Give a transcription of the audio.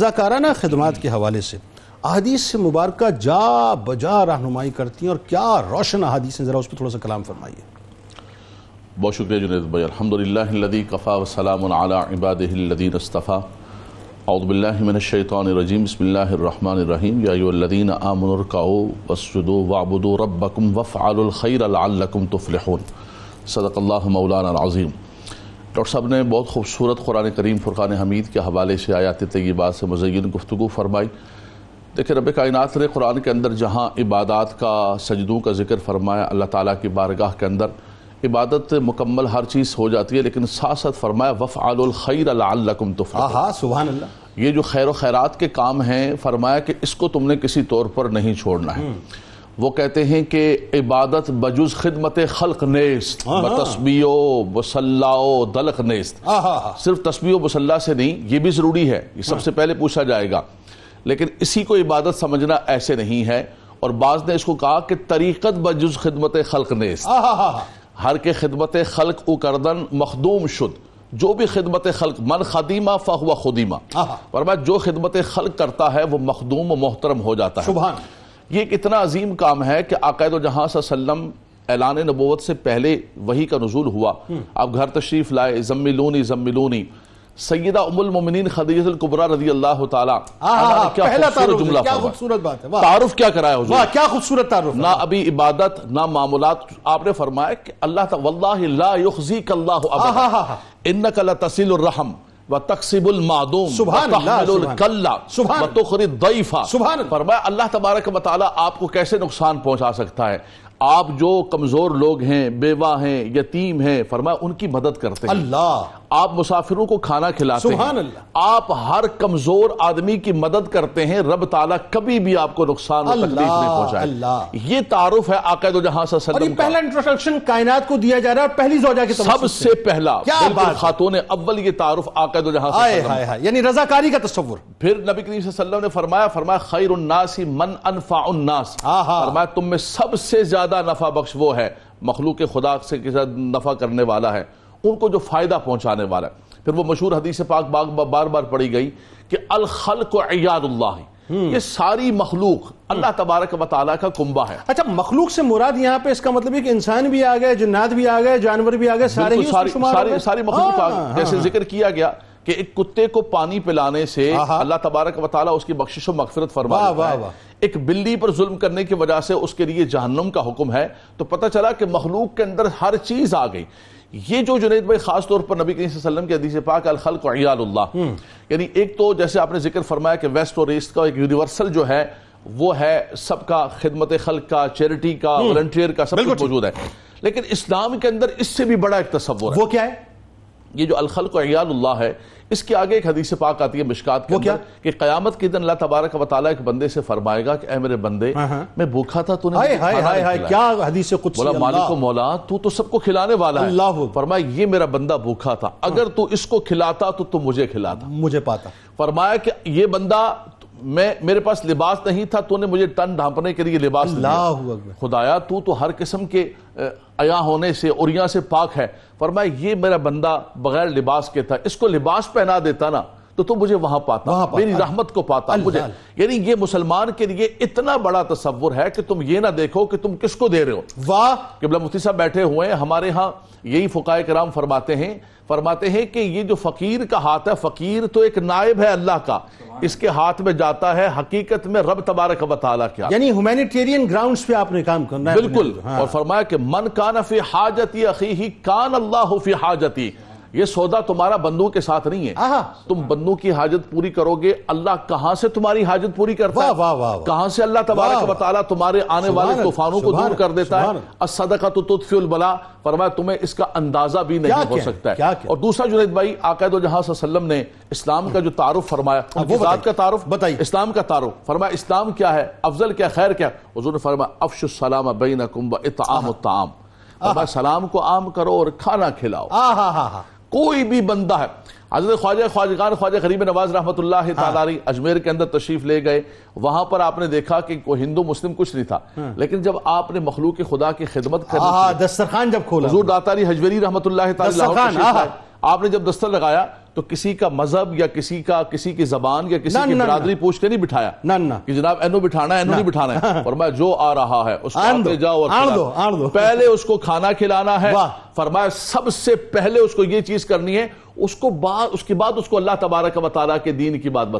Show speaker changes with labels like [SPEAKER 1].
[SPEAKER 1] رضاکارانہ خدمات کے حوالے سے احادیث سے مبارکہ جا بجا رہنمائی کرتی ہیں اور کیا روشن احادیث ہیں ذرا اس پہ تھوڑا سا کلام فرمائیے
[SPEAKER 2] بہت شکریہ جنید بھائی الحمد للہ الذي كفى وسلام على عباده الذين اصطفى اعوذ باللہ من الشیطان الرجیم بسم اللہ الرحمن الرحیم یا ایھا الذین آمنوا اركعوا واسجدوا واعبدوا ربکم وافعلوا الخير لعلکم تفلحون صدق اللہ مولانا العظیم ڈاکٹر صاحب نے بہت خوبصورت قرآن کریم فرقان حمید کے حوالے سے آیات طیبات سے مزین گفتگو فرمائی دیکھیں رب کائنات نے قرآن کے اندر جہاں عبادات کا سجدوں کا ذکر فرمایا اللہ تعالیٰ کی بارگاہ کے اندر عبادت مکمل ہر چیز ہو جاتی ہے لیکن ساتھ ساتھ فرمایا وفعل الخیر لعلکم تفلحون
[SPEAKER 1] آہا سبحان اللہ
[SPEAKER 2] یہ جو خیر و خیرات کے کام ہیں فرمایا کہ اس کو تم نے کسی طور پر نہیں چھوڑنا ہے وہ کہتے ہیں کہ عبادت بجز خدمت خلق نیست بتسبیح و مسلح و دلق نیست
[SPEAKER 1] آہا آہا
[SPEAKER 2] صرف تسبیح و مسلح سے نہیں یہ بھی ضروری ہے یہ سب سے پہلے پوچھا جائے گا لیکن اسی کو عبادت سمجھنا ایسے نہیں ہے اور بعض نے اس کو کہا کہ طریقت بجز خدمت خلق نیست
[SPEAKER 1] آہا آہا
[SPEAKER 2] ہر کے خدمت خلق او کردن مخدوم شد جو بھی خدمت خلق من خدیمہ فہو خدیمہ
[SPEAKER 1] آہا۔
[SPEAKER 2] فرمایا جو خدمت خلق کرتا ہے وہ مخدوم و محترم ہو جاتا ہے
[SPEAKER 1] سبحان
[SPEAKER 2] یہ ایک اتنا عظیم کام ہے کہ عقائد و جہاں صلی اللہ علیہ وسلم اعلان نبوت سے پہلے وہی کا نزول ہوا آپ گھر تشریف لائے زمیلونی زمیلونی سیدہ ام المومنین خدیجہ الکبریٰ رضی اللہ تعالی عنہا
[SPEAKER 1] آہا
[SPEAKER 2] نے کیا
[SPEAKER 1] پہلا
[SPEAKER 2] خوبصورت
[SPEAKER 1] تعارف
[SPEAKER 2] جملہ
[SPEAKER 1] ہے، کیا
[SPEAKER 2] فرمایا۔
[SPEAKER 1] خوبصورت بات ہے واہ
[SPEAKER 2] تعارف کیا کرایا حضور
[SPEAKER 1] واہ کیا خوبصورت تعارف ہے
[SPEAKER 2] نہ ابھی عبادت نہ معاملات آپ نے فرمایا کہ اللہ تعالی واللہ لا یخزیک اللہ
[SPEAKER 1] آہا
[SPEAKER 2] ابدا
[SPEAKER 1] آہا
[SPEAKER 2] انک لتصل الرحم وتقسب المعدوم
[SPEAKER 1] سبحان اللہ،
[SPEAKER 2] وتحمل
[SPEAKER 1] سبحان
[SPEAKER 2] الکل
[SPEAKER 1] سبحان
[SPEAKER 2] وتخری الضیف
[SPEAKER 1] سبحان اللہ۔
[SPEAKER 2] فرمایا اللہ تبارک و تعالی آپ کو کیسے نقصان پہنچا سکتا ہے آپ جو کمزور لوگ ہیں بیوہ ہیں یتیم ہیں فرمایا ان کی مدد کرتے ہیں
[SPEAKER 1] اللہ
[SPEAKER 2] آپ مسافروں کو کھانا کھلاتے
[SPEAKER 1] سبحان
[SPEAKER 2] ہیں
[SPEAKER 1] اللہ۔
[SPEAKER 2] آپ ہر کمزور آدمی کی مدد کرتے ہیں رب تعالیٰ کبھی بھی آپ کو نقصان اور
[SPEAKER 1] اللہ،
[SPEAKER 2] تکلیف نہیں پہنچائے
[SPEAKER 1] اللہ۔
[SPEAKER 2] یہ تعارف ہے عقائد و جہاں صلی اللہ
[SPEAKER 1] اور
[SPEAKER 2] علیہ
[SPEAKER 1] یہ
[SPEAKER 2] وسلم کا
[SPEAKER 1] پہلا انٹروڈکشن کائنات کو دیا جا رہا ہے اور پہلی زوجہ کے
[SPEAKER 2] سب سے پہلا
[SPEAKER 1] کیا بات
[SPEAKER 2] بالکل
[SPEAKER 1] ہے؟
[SPEAKER 2] خاتون اول یہ تعارف عقائد و جہاں صلی اللہ علیہ
[SPEAKER 1] آئے
[SPEAKER 2] وسلم
[SPEAKER 1] ہائے ہائے یعنی رضاکاری کا تصور
[SPEAKER 2] پھر نبی کریم صلی اللہ علیہ وسلم نے فرمایا فرمایا خیر الناس من انفع الناس
[SPEAKER 1] آہا۔
[SPEAKER 2] فرمایا تم میں سب سے زیادہ نفع بخش وہ ہے مخلوق خدا سے کے ساتھ نفع کرنے والا ہے ان کو جو فائدہ پہنچانے والا ہے پھر وہ مشہور حدیث پاک باغ بار بار پڑھی گئی کہ الخلق عیاد اللہ یہ ساری مخلوق اللہ تبارک و تعالیٰ کا کنبہ ہے
[SPEAKER 1] اچھا مخلوق سے مراد یہاں پہ اس کا مطلب ہے کہ انسان بھی آ گئے جنات بھی آ گئے جانور بھی آ گئے سارے ہی
[SPEAKER 2] بالکل
[SPEAKER 1] اس میں
[SPEAKER 2] ساری
[SPEAKER 1] شمار ہو
[SPEAKER 2] ساری
[SPEAKER 1] گئے؟
[SPEAKER 2] ساری مخلوق
[SPEAKER 1] ہاں،
[SPEAKER 2] آ گئی۔ جیسے ذکر کیا گیا کہ ایک کتے کو پانی پلانے سے
[SPEAKER 1] آہا۔
[SPEAKER 2] اللہ تبارک و تعالیٰ اس کی بخشش و مغفرت فرما
[SPEAKER 1] ہاں، واہ،
[SPEAKER 2] دیتا
[SPEAKER 1] واہ،
[SPEAKER 2] ہے
[SPEAKER 1] واہ۔
[SPEAKER 2] ایک بلی پر ظلم کرنے کی وجہ سے اس کے لیے جہنم کا حکم ہے تو پتہ چلا کہ مخلوق کے اندر ہر چیز آ گئی یہ جو جنید بھائی خاص طور پر نبی کریم صلی اللہ علیہ وسلم کے حدیث پاک الخلق عیال اللہ یعنی ایک تو جیسے آپ نے ذکر فرمایا کہ ویسٹ اور ایسٹ کا ایک یونیورسل جو ہے وہ ہے سب کا خدمت خلق کا چیریٹی کا والنٹیئر کا سب کچھ موجود ہے لیکن اسلام کے اندر اس سے بھی بڑا ایک تصور ہے
[SPEAKER 1] وہ کیا ہے
[SPEAKER 2] یہ جو الخلق و عیال اللہ ہے اس کے آگے ایک حدیث پاک آتی ہے مشکات کے
[SPEAKER 1] وہ کیا؟
[SPEAKER 2] اندر کہ قیامت کے دن اللہ تبارک و تعالیٰ ایک بندے سے فرمائے گا کہ اے میرے بندے
[SPEAKER 1] ہاں۔
[SPEAKER 2] میں بھوکا تھا تو نے
[SPEAKER 1] ہائے
[SPEAKER 2] مجھے
[SPEAKER 1] ہائے
[SPEAKER 2] کھانا
[SPEAKER 1] ہائے
[SPEAKER 2] نہیں
[SPEAKER 1] ہائے
[SPEAKER 2] کھلایا۔
[SPEAKER 1] کیا حدیث قدسی
[SPEAKER 2] بولا مالک و
[SPEAKER 1] اللہ
[SPEAKER 2] مولا تو تو سب کو کھلانے والا
[SPEAKER 1] اللہ
[SPEAKER 2] ہے
[SPEAKER 1] اکبر۔
[SPEAKER 2] فرمایا یہ میرا بندہ بھوکا تھا اگر تو اس کو کھلاتا تو تو مجھے کھلاتا
[SPEAKER 1] مجھے پاتا
[SPEAKER 2] فرمایا کہ یہ بندہ میں میرے پاس لباس نہیں تھا تو نے مجھے تن ڈھانپنے کے لیے لباس دیا۔
[SPEAKER 1] اللہ اکبر۔
[SPEAKER 2] خدایا تو تو ہر قسم کے اے، عیا ہونے سے اور یہاں سے پاک ہے فرمایا یہ میرا بندہ بغیر لباس کے تھا اس کو لباس پہنا دیتا نا تو تو مجھے وہاں پاتا
[SPEAKER 1] وہاں پاتا۔
[SPEAKER 2] میری رحمت کو پاتا
[SPEAKER 1] اللہ
[SPEAKER 2] مجھے
[SPEAKER 1] اللہ۔
[SPEAKER 2] یعنی یہ مسلمان کے لیے اتنا بڑا تصور ہے کہ تم یہ نہ دیکھو کہ تم کس کو دے رہے ہو
[SPEAKER 1] واہ
[SPEAKER 2] قبلہ مفتی صاحب بیٹھے ہوئے ہیں ہمارے ہاں یہی فقائے کرام فرماتے ہیں فرماتے ہیں کہ یہ جو فقیر کا ہاتھ ہے فقیر تو ایک نائب ہے اللہ کا اس کے ہاتھ میں جاتا ہے حقیقت میں رب تبارک و تعالیٰ کیا
[SPEAKER 1] یعنی ہیومینیٹیرین گراؤنڈز پہ آپ نے کام کرنا ہے
[SPEAKER 2] بالکل
[SPEAKER 1] ہاں۔
[SPEAKER 2] اور فرمایا کہ من کان فی حاجتی اخیہ کان اللہ فی حاجتی یہ سودا تمہارا بندوں کے ساتھ نہیں ہے
[SPEAKER 1] آہا
[SPEAKER 2] تم بندوں کی حاجت پوری کرو گے اللہ کہاں سے تمہاری حاجت پوری کرتا
[SPEAKER 1] واہ،
[SPEAKER 2] ہے
[SPEAKER 1] واہ، واہ، واہ۔
[SPEAKER 2] کہاں سے اللہ
[SPEAKER 1] واہ،
[SPEAKER 2] تبارک و
[SPEAKER 1] واہ۔
[SPEAKER 2] تعالیٰ تمہارے آنے
[SPEAKER 1] سبحان
[SPEAKER 2] والے
[SPEAKER 1] اللہ،
[SPEAKER 2] طوفانوں کو
[SPEAKER 1] سبحان
[SPEAKER 2] دور کر
[SPEAKER 1] اللہ،
[SPEAKER 2] دیتا ہے
[SPEAKER 1] سبحان اللہ۔
[SPEAKER 2] الصدقۃ تطفی البلا فرمایا تمہیں اس کا اندازہ بھی
[SPEAKER 1] کیا
[SPEAKER 2] نہیں ہو
[SPEAKER 1] کیا ہے،
[SPEAKER 2] سکتا
[SPEAKER 1] کیا
[SPEAKER 2] ہے
[SPEAKER 1] کیا
[SPEAKER 2] اور دوسرا جنید بھائی آقائد و جہاں صلی اللہ علیہ وسلم نے اسلام کا جو تعارف فرمایا ان
[SPEAKER 1] وہ
[SPEAKER 2] کی ذات
[SPEAKER 1] بتائیے،
[SPEAKER 2] کا تعارف
[SPEAKER 1] بتائیے۔
[SPEAKER 2] اسلام کا تعارف فرمایا اسلام کیا ہے افضل کیا خیر کیا حضور نے فرمایا افش السلام بینکم و اطعام الطعام فرمایا سلام کو عام کرو اور کھانا کھلاؤ
[SPEAKER 1] آہا ہاں ہاں
[SPEAKER 2] کوئی بھی بندہ ہے حضرت خواجہ خواجگان خواجہ غریب نواز رحمت
[SPEAKER 1] ہاں۔
[SPEAKER 2] اللہ تعالیٰ علیہ اجمیر کے اندر تشریف لے گئے وہاں پر آپ نے دیکھا کہ کوئی ہندو مسلم کچھ نہیں تھا لیکن جب آپ نے مخلوق خدا کی خدمت کرنی
[SPEAKER 1] ہاں۔ آہا دسترخوان جب کھولا
[SPEAKER 2] حضور داتا علی حجویری رحمت اللہ تعالیٰ علیہ
[SPEAKER 1] دسترخوان،
[SPEAKER 2] تشریف
[SPEAKER 1] آہا۔
[SPEAKER 2] لائے۔ آپ نے جب دستر لگایا تو کسی کا مذہب یا کسی کا کسی کی زبان یا کسی
[SPEAKER 1] نہ،
[SPEAKER 2] کی
[SPEAKER 1] نہ، نہ۔
[SPEAKER 2] برادری پوچھ کے نہیں بٹھایا
[SPEAKER 1] نہ، نہ۔
[SPEAKER 2] کہ جناب اینو بٹھانا ہے اینو نہیں بٹھانا ہے فرمایا جو آ رہا ہے اس کو
[SPEAKER 1] آن دو،
[SPEAKER 2] آتے جاؤ اور
[SPEAKER 1] آن
[SPEAKER 2] کھلاؤ۔
[SPEAKER 1] دو، آن دو۔
[SPEAKER 2] پہلے اس کو کھانا کھلانا ہے
[SPEAKER 1] واہ۔
[SPEAKER 2] فرمایا سب سے پہلے اس کو یہ چیز کرنی ہے اس کو بعد اس کے بعد اس کو اللہ تبارک و تعالیٰ کے دین کی بات بتا